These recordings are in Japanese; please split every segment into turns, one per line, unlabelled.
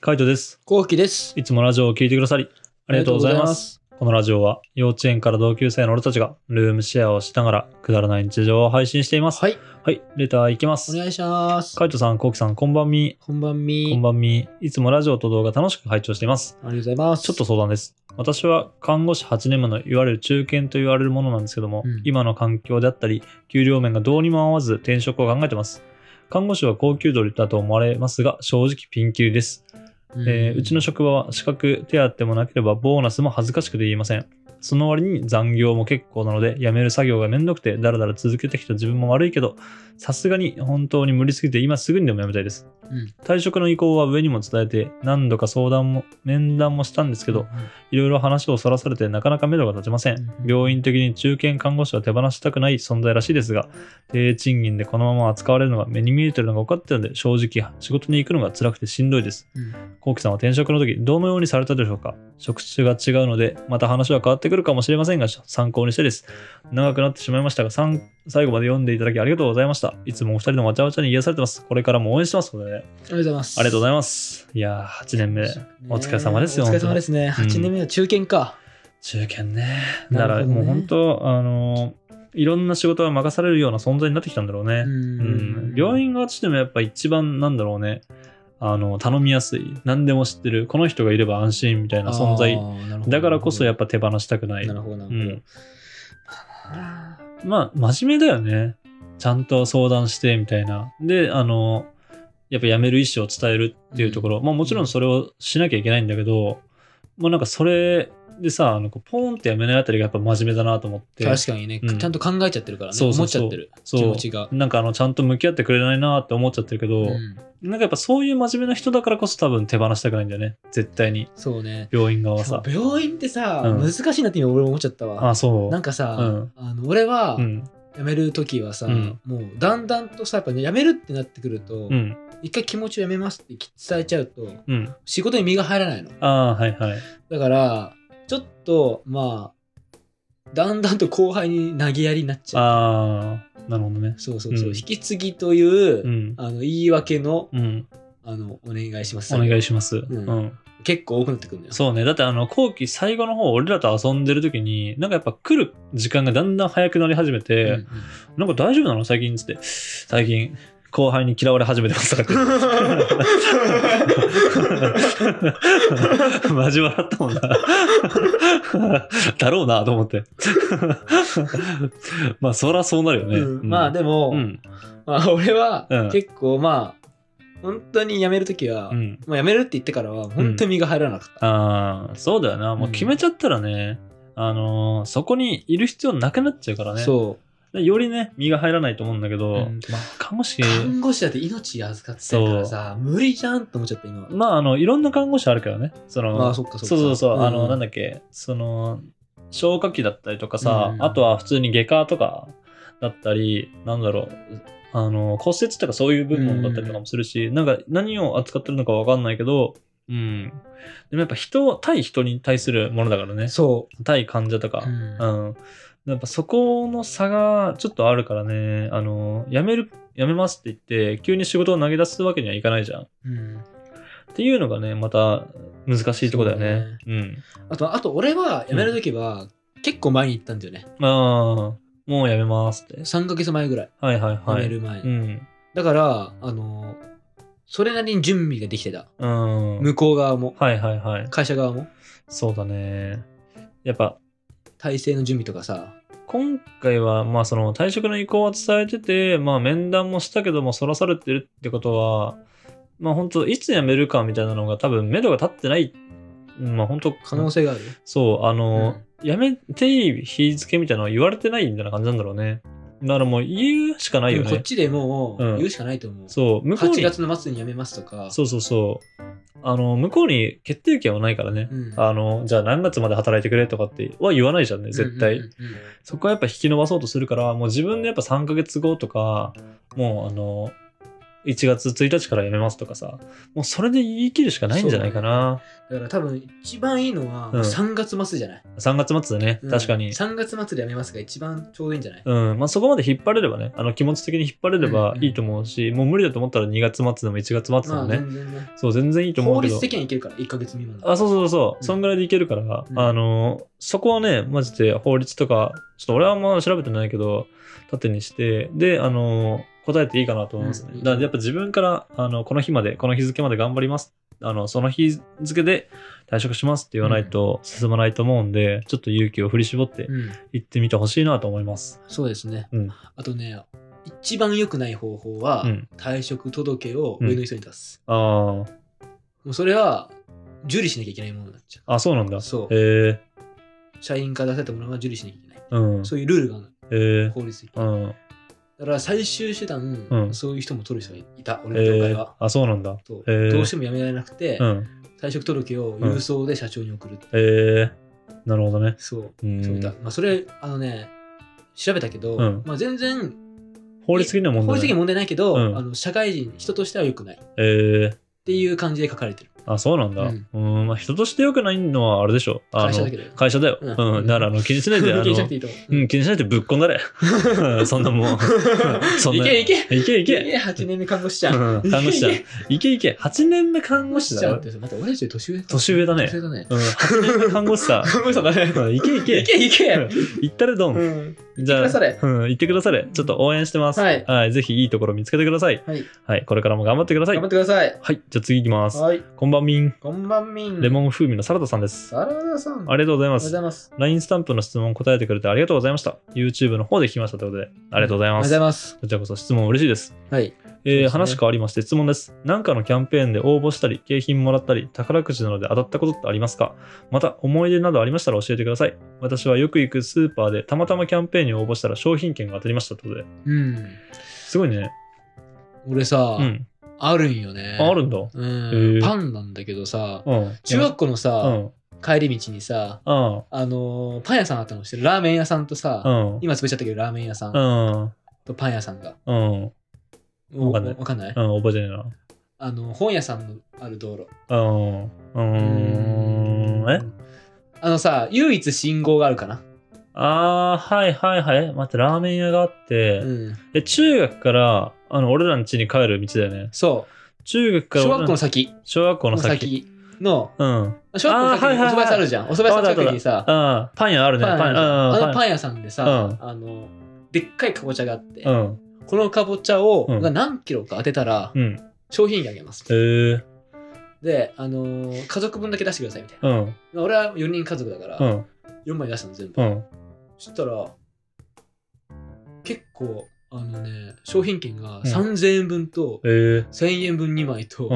カイトです。
コウキです。
いつもラジオを聞いてくださり、ありがとうございます。このラジオは、幼稚園から同級生の俺たちが、ルームシェアをしながら、くだらない日常を配信しています。
はい、
はい、レターいきま
お
す。
願いします。
カイトさん、コウキさん、こんばんみ。
こんばんみ。
こんばんみ。いつもラジオと動画楽しく拝聴しています。
ありがとうございます。
ちょっと相談です。私は看護師8年目のいわゆる中堅と言われるものなんですけども、
うん
今の環境であったり、給料面がどうにも合わず転職を考えてます。看護師は高給取だと思われますが、正直ピンキリです。
ん
えーうちの職場は資格手当もなければボーナスも恥ずかしくて言いませんその割に残業も結構なので辞める作業がめんどくてだらだら続けてきた自分も悪いけどさすがに本当に無理すぎて今すぐにでも辞めたいです、
うん
退職の意向は上にも伝えて何度か相談も面談もしたんですけどいろいろ話をそらされてなかなか目処が立ちません
うん
病院的に中堅看護師は手放したくない存在らしいですが低賃金でこのまま扱われるのが目に見えてるのが分かってたので正直仕事に行くのが辛くてしんどいです
うん
コウキさんは転職の時どのようにされたでしょうか職種が違うのでまた話は変わってくるかもしれませんが参考にしてです長くなってしまいましたがさん最後まで読んでいただきありがとうございましたいつもお二人のわちゃわちゃに癒されてますこれからも応援してますのでね、
ありがとうございます。
ありがとうご
ざい
ざいますいやー8年目お疲れ様ですよ
お疲れ様ですね。
本当に
8年目の中堅か。
中堅ねだ
な
か
る
ら
ほどね
もう本当あのーいろんな仕事が任されるような存在になってきたんだろうね、うん、病院側としてもやっぱ一番なんだろうねあの頼みやすい何でも知ってるこの人がいれば安心みたいな存在だからこそやっ
ぱ
ぱ手放したくない
なるほど、な
う
る
ん、
ほど。あ
まあ真面目だよねちゃんと相談してみたいなであのやっぱ辞める意思を伝えるっていうところ、まあもちろんそれをしなきゃいけないんだけどもうなんかそれでさあのこうポーンって辞めないあたりがやっぱ真面目だなと思って
ー確かにね、
うん
ちゃんと考えちゃってるからね。
そうそうそう
思っちゃってる。
そう
気持ちが。
なんかあのちゃんと向き合ってくれないなって思っちゃってるけど、
うん
なんかやっぱそういう真面目な人だからこそ多分手放したくないんだよね絶対に
そうね。
病院側は
そう
さ
病院ってさ、
うん
難しいなって今俺も思っちゃったわ。
あそう
なんかさ、
うん
あの俺は、
うん
辞める時はさ、
うん
もうだんだんとさやっぱ、ね、辞めるってなってくると、
うん
一回気持ちを辞めますって伝えちゃうと
うん
仕事に身が入らないの
ああはいはい
だからちょっとまあだんだんと後輩に投げやりになっちゃう
ああなるほどね
そうそうそう、
うん
引き継ぎという、
うん
あの言い訳の
うん
あのお願いします
お願いします、うん
結構多くなってくるんだよ
そうねだってあの後期最後の方俺らと遊んでる時になんかやっぱ来る時間がだんだん早くなり始めて、
うんうん
なんか大丈夫なの最近っつって最近後輩に嫌われ始めてますとかって マジ笑ったもんな。だろうなと思って。 まあそらそうなるよね。
うんまあでも、
うん
まあ、俺は
うん
結構まあ本当に辞める時は、
うん
まあ、辞めるって言ってからは本当に身が入らなかった、
ああ、そうだよな。もううん決めちゃったらね、あのーそこにいる必要なくなっちゃうからね。
そ
でよりね、身が入らないと思うんだけど、
う、うんまあ
看護師、
看護師だって命預かってるからさ無理じゃんって思っちゃった今は
まあ、あの、いろんな看護師あるからね。その、
ああそっかそっか
そうそうそう、あの、なん
だ
だっけ、その、消化器だったりとかさ、
うん
あとは普通に外科とかだったり、なんだろう、あの、骨折とかそういう部門だったりとかもするし、なんか何を扱ってるのかわかんないけど、うん。でもやっぱ人、対人に対するものだからね。
そう
対患者とか。
うん
うん。やっぱそこの差がちょっとあるからね、あの、辞める、辞めますって言って、急に仕事を投げ出すわけにはいかないじゃん。っ
うん
ていうのがね、また難しいとこだよね。
あとあと俺は辞める時は結構前に行ったんだよね
うん。まあ、もう辞めますって。
3ヶ月前ぐらい
はいはい
辞
は
め
い。
る前、
うん。
だからあのそれなりに準備ができてた
うん。
向こう側も
はいはいはい。
会社側も
そうだね。やっぱ、
体制の準備とかさ
今回は、まあその退職の意向は伝えてて、まあ面談もしたけども、そらされてるってことは、まあ本当いつ辞めるかみたいなのが多分、目処が立ってない。まあ本当
可能性がある、
そう、あの、辞めていい日付みたいなのは言われてないみたいな感じなんだろうね。だからもう言うしかないよ
でもこっ
ね。
ちでもう
うん
言うしかないと思う、
そう、向こう
8
に。
月の末に辞めますとか
そうそうそう。あの、向こうに決定権はないからね。
うん
あの、じゃあ何月まで働いてくれとかっては言わないじゃんね、絶対。
うんうんうんうん
そこはやっぱ引き延ばそうとするから、もう自分でやっぱ3ヶ月後とか、もうあの、 1月1日から辞めますとかさ、もうそれで言い切るしかないんじゃないかな。
だから多分一番いいのは
うん
3月末じゃない、
3月末だね、
うん
確かに。
3月末でやめますが一番ちょうどいいんじゃない、
うん、まあそこまで引っ張れればね、あの気持ち的に引っ張れればいいと思うし、もう無理だと思ったら2月末でも1月末で
ま
も
あ
ね、
全然ね
そう、全然いいと思
法
うけど。
律的にはいけるから1ヶ月未満だ
あ、そうそうそう、
うん
そんぐらいでいけるから、
うん
あの、そこはね、マジで法律とか、ちょっと俺はあんま調べてないけど、縦にして、で、あの、答えていいかなと思うんですね。
うん
だからやっぱ自分から、あの、この日まで、この日付まで頑張ります。あの、その日付で退職しますって言わないと進まないと思うんで、ちょっと勇気を振り絞って
うん、
行ってみてほしいなと思います。
そうですね、
うん
あとね一番良くない方法は、
うん
退職届を上の人に出す、
あ
もうそれは受理しなきゃいけないものになっちゃ
あ、あ、そうなんだ。
うそ
へえ
う社員から出されたものは受理しなきゃいけない
うん。
そういうルールがある
へえ
法律的に
うん。
だから最終手段、
うん
そういう人も取る人がいた
え
俺の業界
ー
は、、
あ、そうなんだ。
そう
へー
どうしてもやめられなくて、
うん。
退職届を郵送で社長に送るって、
ええなるほどね。
そう
う
そういった、
ん。
まあ、それあのね調べたけ
う
ど、
ん
まあ、全然
法律的には問題
法
ない。
律的には問題ないけど、
うん
あの社会人人としては良くないっ
ええ
ていう感じで書かれてる
あ、そうなんだ。う
うん
ーん、まあ、人として良くないのはあれでしょ。あの
会社だけだよ
会社だよ。
うん
うん。だから、あの、気にしないで、あ の、
気にしなくていいと思う
うん、気にしないでぶっこんだれ。 うんそんなもん。 そん
い
な
けいけ
いけい
いけ
け。
8年目看護師ちゃん
うん看護師ちゃん
いけい。
いけいけ。8年目看
看
護
護
師
師
だ
ちゃん
よ
っ。てまた俺たちより年上
年上だね
年上だね
うん、8年目看護師さ。
看護師さんだね
うんいけいけ。
いけいけ
行ったれどん。
うん
じゃあ、
行ってくだ
う
さ
ん、行ってくだされ。ちょっと応援してます。
はい
ぜひいいところ見つけてください。
はい
はい、これからも頑張ってください。
頑張ってください
はい、じゃあ次行きます。
はい
こんばんみん。
こんばんみん
レモン風味のサラダさんです。
サラダさんあり
ありがとうござい
が
ま
とうご
す
ざ。います
LINE スタンプの質問答えてくれてありがとうございました。YouTube の方で聞きましたということで、ありがとうござい
あり
ま
がとうご
す。
ざいます
こちらこそ質問嬉しいです。
はい
えー
そうですね
話変わりまして質問です。何かのキャンペーンで応募したり、景品もらったり、宝くじなどで当たったことってありますかまた、思い出などありましたら教えてください。私はよく行くスーパーでたまたまキャンペーンに応募したら商品券が当たりましたということで、
うん
すごいね。
俺さ
うん。
あるんよね
ああるんだ。
う
へー
んパンなんだけどさ
うん。
中学校の
う
さ
ん。
帰り道にさ
うん。
あのーパン屋さんあったのしてるラーメン屋さんとさ、
うん。
今潰しちゃったけどラーメン屋さ
うんん。
とパン屋さんが、
うん。
お
わかんない
わかんない、
うん、覚えてない
あの本屋さんのある道路
な。うん。うーん。え
あのさ唯一信号があるかな、
あー、はいはいはい。待って、ラーメン屋があって、
うん、
え、中学から、あの、俺らの家に帰る道だよね。
そ
中学
う
から
小
俺ら
学校の先
小学校の
の
先。
先の
うん。
小学校の先にお蕎麦屋さんあるじゃんお蕎麦屋さんの近くにさ
あー、パン屋あるね。
パン
パ
屋
ン
あるじゃん
屋。
あのパ
ン
ン屋さんでさ、
う
あのでっかいかぼちゃがあって、
うん。
このかぼちゃを、
うん
が何キロか当てたら
うん。
商品券あげます、
えー。
で、あのー家族分だけ出してくださいみたいな、
うん。
まあ俺は4人家族だから、
うん。
4枚出したの全部、
うん。
そしたら結構あのね商品券が
ん
3000円分と
えー。
1000円分2枚
う
と
ん。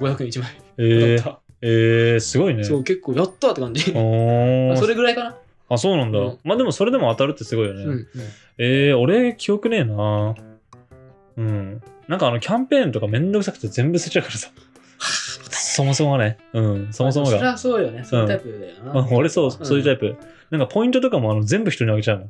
500円1枚
え
だっ
ー。
た、
えー、すごいね。
そう結構やったって感じ、
おー
それぐらいかな
あ、そうなんだ。
うん
まあでもそれでも当たるってすごいよね。
うん、うん、
えー、俺、記憶ねえなうん。なんかあの、キャンペーンとかめんどくさくて全部捨てちゃうから さ。そもそもがね。うん、そもそも
まあそり
が。
ゃそうよねそういうタイプだよな、
あ俺そう、そういうタイ
プ
プ。なんかポイントとかもあの全部人にあげちゃうの。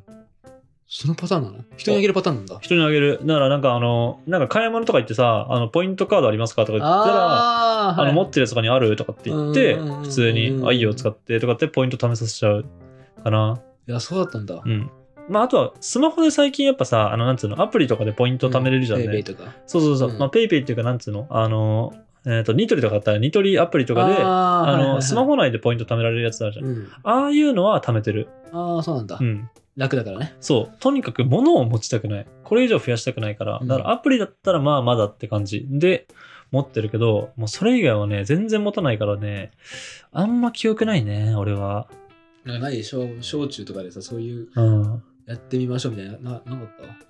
そのパターンなの人にあげるパターンなんだ
人にあげる。だからなんかあの、なんか買い物とか行ってさ、あの、ポイントカードありますかとか言ったら、あ
あーはい
の、持ってるやつとかにあるとかって言って、
うんうんうんうん
普通に、あ、いいよ、使ってとかってポイント貯めさせちゃうかな。
いやそうだったんだ
うん。まあ、あとは、スマホで最近やっぱさ、あの、なんつうの、アプリとかでポイント貯めれるじゃんね。
ペイペイとか
そうそうそう。
うん
まあ、ペイペイっていうか、なんつうの、あの、えっ、と、ニトリとかだったら、ニトリアプリとかで、あ
あーはいはいは
の、
い
スマホ内でポイント貯められるやつあるじゃん。
うん、
ああいうのは貯めてる。
ああそうなんだ、
うん。
楽だからね
そう。とにかく物を持ちたくない。これ以上増やしたくないから。
うん
だからアプリだったらまあまだって感じで持ってるけど、もうそれ以外はね、全然持たないからね、あんま記憶ないね、俺は。
なんかないでしょ小中とかでさそういう
うん。
やってみましょうみたいなななかった
い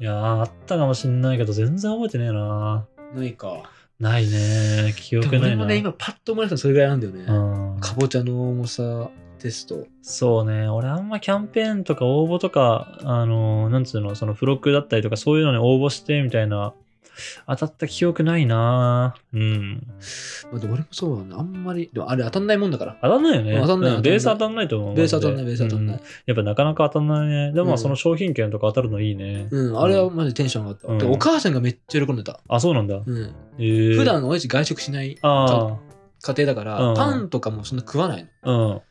やー、あったかもしんないけど、全然覚えてねえな。
ないか
ないね。記憶
でも
な
俺
いな。
もね今パッと思い出したのそれぐらいなんだよね、
うん、
かぼちゃの重さテスト
そうね。俺あんまキャンペーンとか応募とか、あのーなんつうの、その付録だったりとか、そういうのに応募してみたいな当たった記憶ないなうん。
まあ、でも俺もそうだな。あんまり、でもあれ当たんないもんだから。
当たんないよね。
当たんない
う
当たんない
ベース当たんないと思う。
ベース当たんない、
マ
ベー
ジ
ス
で
当たんな
う
い。
やっぱなかなか当たんないね。でもま
うん
あその商品券とか当たるのいいね。
うん、あれはマジでテンション上がった。
うん
でお母さんがめっちゃ喜んでた。
あ、そうなんだ。
うん。
えー、
普段、親父外食しない
あ
家庭だから、
うん
パンとかもそんな食わないの。
あ、うん。あ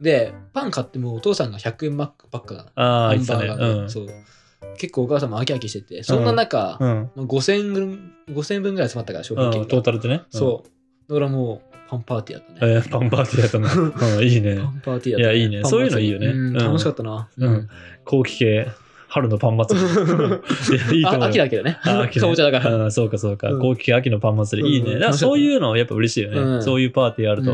で、パン買ってもお父さんが100円マックばっかなの。
あ
ハ
ー、言
ン
って
バ
た
ー
ね。
ガー
う
で
ん。
そう結構お母さんも飽き飽きしてて、そんな中、
うん。
まあ、5000分、5000分ぐらい集まったから、商
う
品券
ん、
が
トータルでね。
そう。だからもう、パンパーティーやった
うん。
ね。
えー、パンパーティーやったな。うん、いい ね
パ。ンパーティーやった、
いやいいね
パンパ
そ
ーティー
ういうのいいよね
うん
うん
楽しかったな。
うん後期系、春のパン祭り。いや、いいと思う
あ
よ。
秋だけどね。
あ秋ね
かぼち ゃだから。
うんそうかそうか。
うん
後期系秋のパン祭り。いいね。
うん
だからそういうのやっぱ嬉しいよね。
うん
そういうパーティーあ
う
る
ん
と。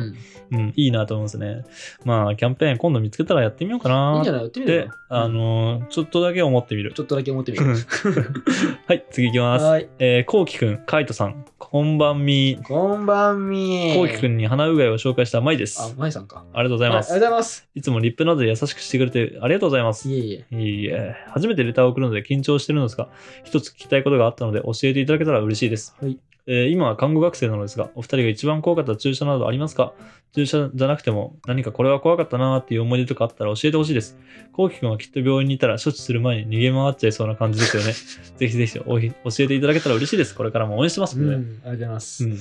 うん、いいなと思うんですね。まあ、キャンペーン今度見つけたらやってみようか
いいん
な
じゃないやってみ
で
る、
あのーちょっとだけ思ってみる
ち。ょっとだけ思ってみ
う
る
ん。はい、次いきます。
はい。
えー、こうきくん、かいとさん、こんばんみ。
こんばんみー。
こうきくんに花うがいを紹介したまいです。
あ、
あ
まいさんか。
りがとうございま
はありがとうご
す。
ざいます。
いつもリップなどで優しくしてくれてありがとうございます。
いえいえ。
いえいえ、初めてレターを送るので緊張してるのですが、一つ聞きたいことがあったので教えていただけたら嬉しいです。
はい
えー今は看護学生なのですが、お二人が一番怖かった注射などありますか注射じゃなくても、何かこれは怖かったなーっていう思い出とかあったら教えてほしいです。こうきくんはきっと病院にいたら処置する前に逃げ回っちゃいそうな感じですよ ね。ぜひぜひおひ教えていただけたら嬉しいです。これからも応援してます
う
ので。
ん、ありがとうございます。
うん
い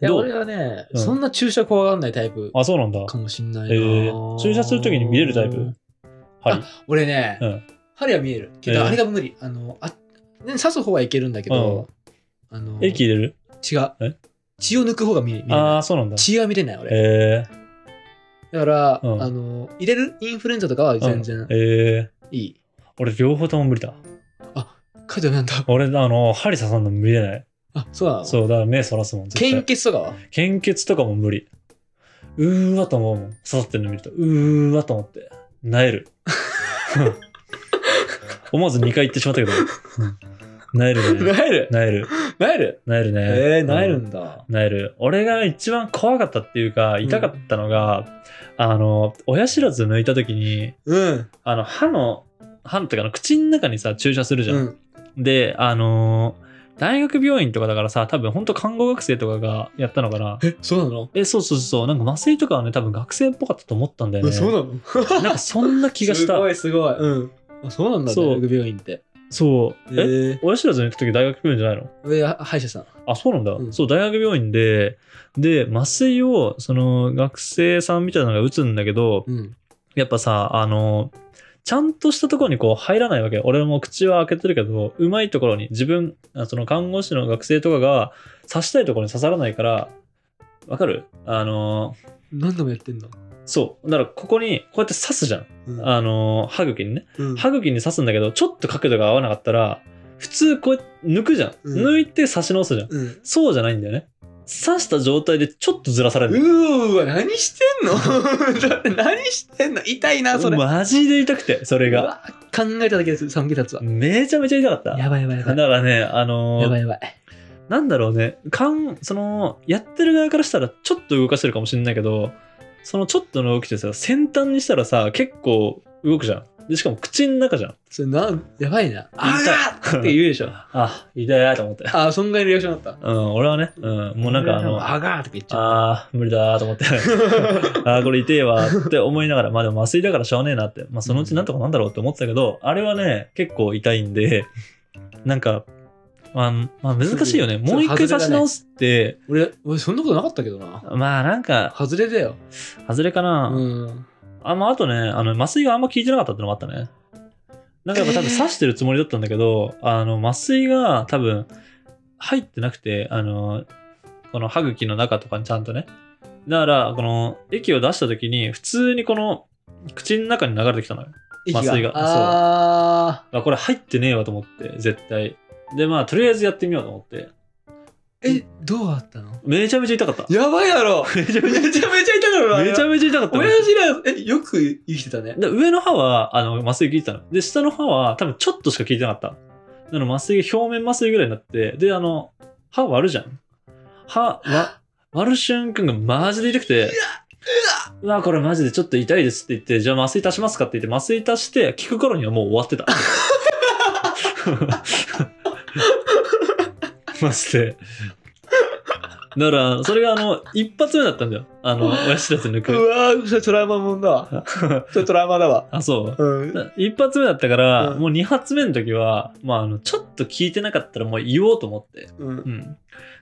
や、
どう
俺はね、
うん
そんな注射怖がらないタイプ
あ、そうなんだ。
かもしんないな、
えー、注射するときに見れるタイプ針。
俺ね、
うん
針は見えるけど、
えー
あれが無理あのあ、ね、刺す方はいけるんだけど、あの
液入れる
血が
え
血を抜く方が見見れない
ああ、そうなんだ。
血は見れない俺、
えー、
だから、
うん
あの入れるインフルエンザとかは全
うん
然
えー、
いい、
俺両方とも無理だ
カジャメなんだ
俺あの針刺さんの見れない
あそうなの
そうだから目そらすもん絶
献
対
血とかは
献血とかも無理うーわと思うもん刺さってるの見るとうーわと思ってなえる 思わず2回言ってしまったけどうんなえるね
なえる
なえる
なえる
なえるね
えー、なえる
うん
んだ、
なえる俺が一番怖かったっていうか痛かったのが、あの親知らず抜いた時に
うん
あの歯の歯のっていうかあの口の中にさ注射するじゃ
うん
で、あのー大学病院とかだからさ、多分本当看護学生とかがやったのかな。
えそうなの、
え、そうそうそう、なんか麻酔とかはね、多分学生っぽかったと思ったんだよね。
え そうなの
なんかそんな 気がした
す。ごいすごいうんあそうなんだ
そう
大学病院って
そう。え、
え
親知らず抜くとき大学病院じゃないの
ー、上は歯医者さん
あ、そうなんだ、
うん
そう、大学病院で、で、麻酔を、その、学生さんみたいなのが打つんだけど、
うん
やっぱさ、あのーちゃんとしたところにこう入らないわけよ。俺も口は開けてるけど、うまいところに、自分、あその看護師の学生とかが刺したいところに刺さらないから、わかるあのー
何度もやってんの、
そう。だからここに、こうやって刺すじゃん。
うん
あのー歯茎にね。
うん
歯茎に刺すんだけど、ちょっと角度が合わなかったら、普通こうやって抜くじゃん。
うん
抜いて刺し直すじゃん。
うん
そうじゃないんだよね。刺した状態でちょっとずらされるの。
うーわ、何してんの だって何してんの痛いな、それ。
マジで痛くて、それ
う
が。
わ考えただけです、寒気立つわ。
めちゃめちゃ痛かった。
やば いやばいやば
だ
い。
からね、あのー
やばいやばい。
なんだろうね、かん、その、やってる側からしたらちょっと動かしてるかもしれないけど、そのちょっとの動きってさ、先端にしたらさ、結構動くじゃん。で、しかも口の中じゃん。
それな、やばいな。あ
痛
が
い
って言うで しょ。
あ、痛いと思って。
あー、そんぐらいのリアクションだっ
うん、俺はね、うん、
た。
もうなんかあの、
あがーって言っちゃう。
あー、無理だーと思 って、あー、これ痛えわーって思いながら、まあでも麻酔だからしゃあねえなって、まあそのうちなんとかなんだろうって思ってたけど、あれはね、結構痛いんで、なんか、あのまあ難しいよね。
すぐ
もう一回差し直すって、
俺、俺、そんなことなかったけどな。
まあなんか、
外れだよ。
外れかな。
うん。
あ、まあ、あとね、あの、麻酔があんま効いてなかったってのもあったね。なんかやっぱ多分刺してるつもりだったんだけど、あの、麻酔が多分入ってなくて、あの、この歯茎の中とかにちゃんとね。だから、この液を出した時に、普通にこの口の中に流れてきたのよ。
息
麻酔がそう
あ
あ、これ入ってねえわと思って、絶対。で、まあ、とりあえずやってみようと思って。
ー。え、どうだったの
めちゃめちゃ痛かった。
やばいやろ
めちゃ
め
め
ち
ち
ゃめちゃ痛かった
ゃ、
な。
めちゃめちゃ痛かった。
親父ら、え、よく生きてたね。
で上の歯はあの麻酔効いてたの。で、下の歯は多分ちょっとしか効いてなかった。なの麻酔が表面麻酔ぐらいになって、で、あの、歯割るじゃん。歯わ 割る瞬間がマジで痛くて、うわ、これマジでちょっと痛いですって言って、じゃあ麻酔足しますかって言って、麻酔足して、効 く頃にはもう終わってた。マジで。だから、それがあの、一発目だったんだよ。あの、親知らず抜
う
く。
わーそれトラウマもんだわ。それトラウマだわ。
あ、そう。
うん。
だ 一発目だったから、
うん
もう二発目の時は、まあ、あの、ちょっと聞いてなかったらもう言おうと思って。
うん
う。ん。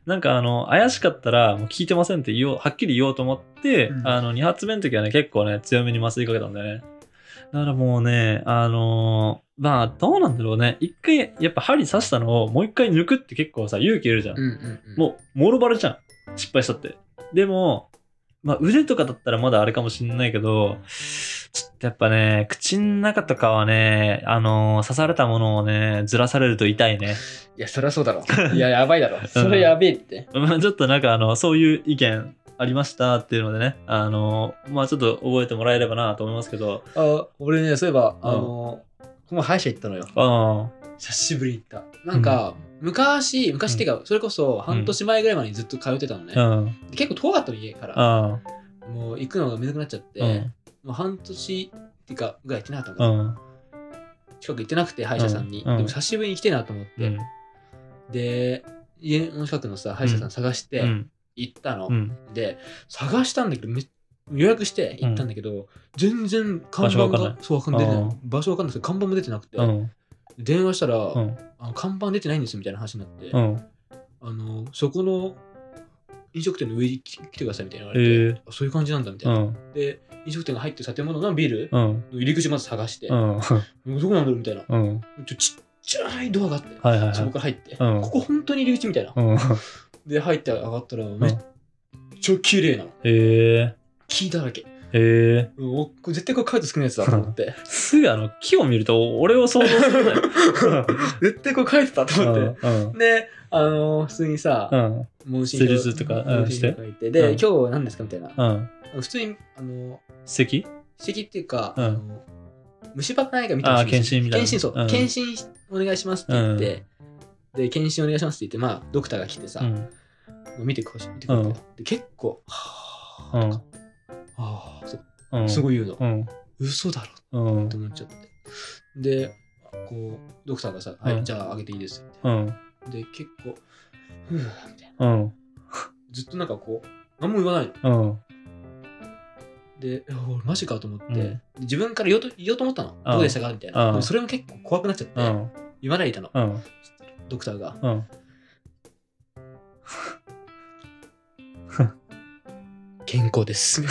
なんか、あの、怪しかったら、もう聞いてませんって言おう、はっきり言おうと思って、
うん
あの、二発目の時はね、結構ね、強めに麻酔かけたんだよね。だからもうね、あのーまあ、どうなんだろうね。一回、やっぱ針刺したのをもう一回抜くって結構さ、勇気いるじゃん。
うんうんうん。
もう、もろバレじゃん。失敗したって。でも、まあ、腕とかだったらまだあれかもしんないけど、ちょっとやっぱね、口の中とかはね、あのー刺されたものをね、ずらされると痛いね。
いや、そりゃそうだろ。いや、やばいだろ。それやべえって。
まあ、ちょっとなんか、あの、そういう意見ありましたっていうのでね、あのーまあ、ちょっと覚えてもらえればなと思いますけど、
あ俺ね、そういえば、
うん
あの、この前歯医者行ったのよ。
あ
久しぶりに行った。なんか、昔、昔っていうか、それこそ半年前ぐらいまでにずっと通ってたのね。
あ、うん、
で結構遠かったの、家から。
あ
もう行くのがめんどくなっちゃって、
あ、うん、
もう半年っていうか、ぐらい行ってなかった
う
の、
ん、
近く行ってなくて、歯医者さんに。
うんうん
でも久しぶりに来てえなと思っ
う
て。
ん、
で、家の近くのさ、歯医者さん探して
うん、
行ったの。
うん、
で、探したんだけど、め予約して行ったんだけど、全然看板
場所わかん
が
な、
そう、わかんない出てな
あ
い。場所わかんないですけど、看板も出てなくて、
うん、
電話したら、
うん、
あの看板出てないんですみたいな話になって、
うん、
あの、そこの飲食店の上に来来てくださいみたいな言わ
え
れ
ー、
て、あそういう感じなんだみたいうな。
ん、
で、飲食店が入ってる建物のビル
うん、
の入り口まず探して、
うん、
どこなんだろうみたいな。
うん、
ちょちっちゃいドアがあって、
はいはいは
そこ
い。
から入って、
うん
ここ本当に入り口みたいな。
うん、
で、入って上がったら、めっちゃ綺麗なの。
えー、
木だらけ。
え
うんおこれ絶対これカイト少ないやつだと 思って。
ー、すぐあの木を見ると俺を想像するんだよ。
絶対これ書いてたと
うん
思って。で、あのー普通にさ
う、ん
問診
施術とかうん
問診書いて、
うん
で、今日は何ですかみたいな。
うん
普通に、あのー、
席
指摘っていうか、
うん
あの虫歯かないかみたいな
あー検診みたいな
検診そう、
うん
検診お願いしますって言って、で検診お願いしますって言ってまあドクターが来てさ、
うん
見てほしい見てくれて、
うん
で結構は
う
あ、
ん
とかはあそう
うん
すごい言うの、
うん
嘘だろ
うん
って思っちゃってでこうドクターがさ「はい、
うん
じゃああげていいです」って
うん
で結構「ふう」みたいな
うん
ずっとなんかこう何も言わないの
うん
でえ俺マジかと思って、
うん
で自分から言おうと言おうと思ったの、どうでしたかみたいな、
うん
でもそれも結構怖くなっちゃって、
うん
言わないでいたの、
うん
ドクターが。
うん
健康 です。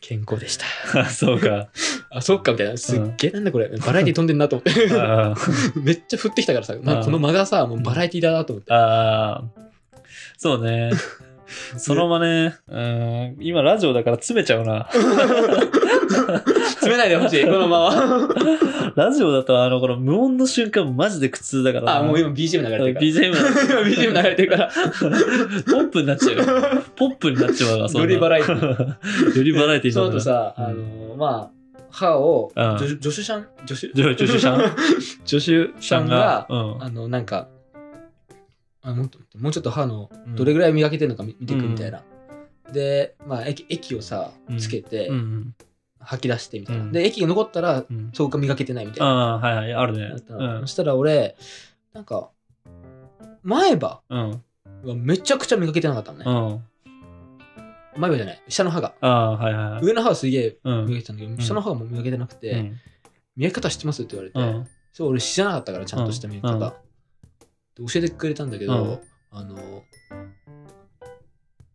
健康でした。
あそうか
あ、そっか、みたいな。すっげえ、なんだこれ。バラエティ飛んでんなと思って。
あー
めっちゃ降ってきたからさ、ま
う
あ、
ん
この間がさ、もうバラエティだなと思って。
あーそうねそのまねうん今ラジオだから詰めちゃうな
詰めないでほ しい、このまま。
ラジオだとあのこの無音の瞬間マジで苦痛だからな
あ、もう今 BGM 流れてる
BGM
から。今 BGM 流れてる から。
ポップになっちゃうよポップになっち まうわ、そんな
よりバラエ テ
ィ。よりバラエティー
その
んな
後さ、
うん
あの、まあ、歯を、
うん
助手助手さん、助手
助助手さん
助手さんが、
うん
あの、なんか、あもっともうちょっと歯のどれぐらい磨けてるのか見見ていくみたいな。で、まあ、液液をさ
うん、
つけて、
うん
吐き出してみたいな。
うん
で、液が残ったら、
うん
そこが磨けてないみたい
あ
な。
あ、はいはい、あるね
だった。
う
の
ん
そ。したら俺、なんか、前歯
うん。
がめちゃくちゃ磨けてなかったの
う
ね。
ん。
前歯じゃない、下の歯が。
ああ、はいはいはい。
上の歯はすげえ
うん。
磨けてたんだけど、
ん
下の歯がもう磨けてなくて、
うん
磨き方知ってますって言われて、
うん。
そう俺知らなかったから、ちゃんとした磨き
うんうん
方。で教えてくれたんだけど、
うん
あの、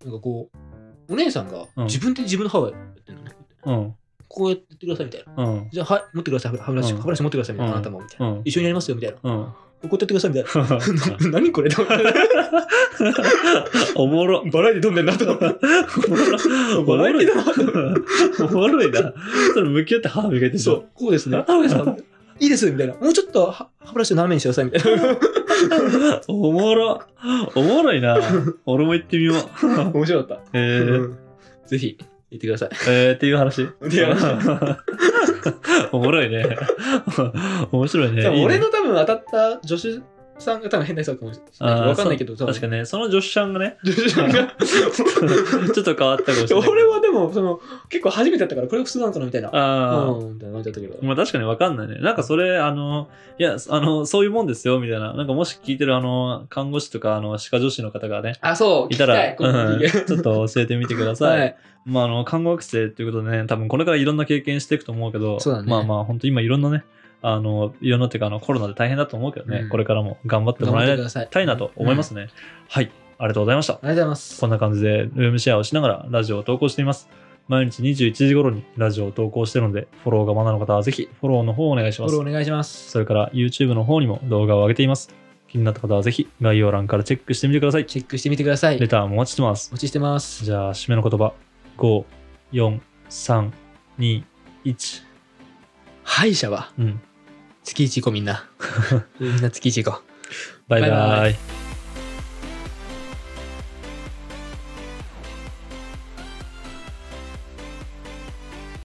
なんかこう、お姉さんが
うん
自分で自分の歯をやってるのね。
うん。
こうやってくださいみたいな。
うん。
じゃあ、はい、持ってください、歯ブラシ、
うん
歯ブラシ持ってくださいみたいな、
うん
あなたもみたいうな。
ん。
一緒にやりますよみたいな。こ
うん。
うやってくださいみたいな。 な 何これ
おもろ。
バラエティ飛んでん なと思って。
おもろいな。おもろいな。それ向き合って歯磨いてる。
そ。う、こうですね。田辺さん、いいですみたいな。もうちょっとは歯ブラシを斜めにしてくださいみた いな。
おもろ。おもろい な。俺も行ってみよう。
面白かっ
え
た。
ー
うんぜひ、行ってください。
えー、っていう話。
ていう 話
おもろいね。面白いね。
でも俺
いいね
の多分当たった助手さんが多分変な人だかもしれ
あ
ない。
ー
わかんないけど、
そう確か
に。
にね、その女子ちゃんがね、
女子さんが
ちょっと変わったかもしれない。
俺はでも、その、結構初めてだったから、これが普通なのかなみたいな。
ああ、
うん、みたいな感じだったけど。
まあ確かにわかんないね。なんかそれ、あの、いや、あの、そういうもんですよ、みたいな。なんかもし聞いてる、あの、看護師とか、あの、歯科女子の方がね、
あ、そう、
い
聞き
た
た
ら、
い。この
うん
時
ちょっと教えてみてください。
はい。
まあ、あの、看護学生っていうことでね、多分これからいろんな経験していくと思うけど、
そうだね
まあまあ、本当今いろんなね、あの、いろんなっていうか、あの、コロナで大変だと思うけどね、
うん
これからも頑張っても
頑張
ら
って
い
ください。
たいなと思いま
うん。
すね。はい、ありがとうございました。
ありがとうございます
こ。んな感じでルームシェアをしながらラジオを投稿しています。毎日21時頃にラジオを投稿してるので、フォローがまだの方はぜひフォローの方をお願いし
フォ
ま
ロ
す
ーお。願いします。
それから YouTube の方にも動画を上げています。気になった方はぜひ概要欄からチェックしてみてください。
チェックしてみてください。
レターもお待ちしてます。
お待ちしてます。
じゃあ、締めの言葉。5、4、3、2、1。
歯 医 者は
うん。
月一行こうみんな。みんな月一行こう。
バイバ
バイバ
イ。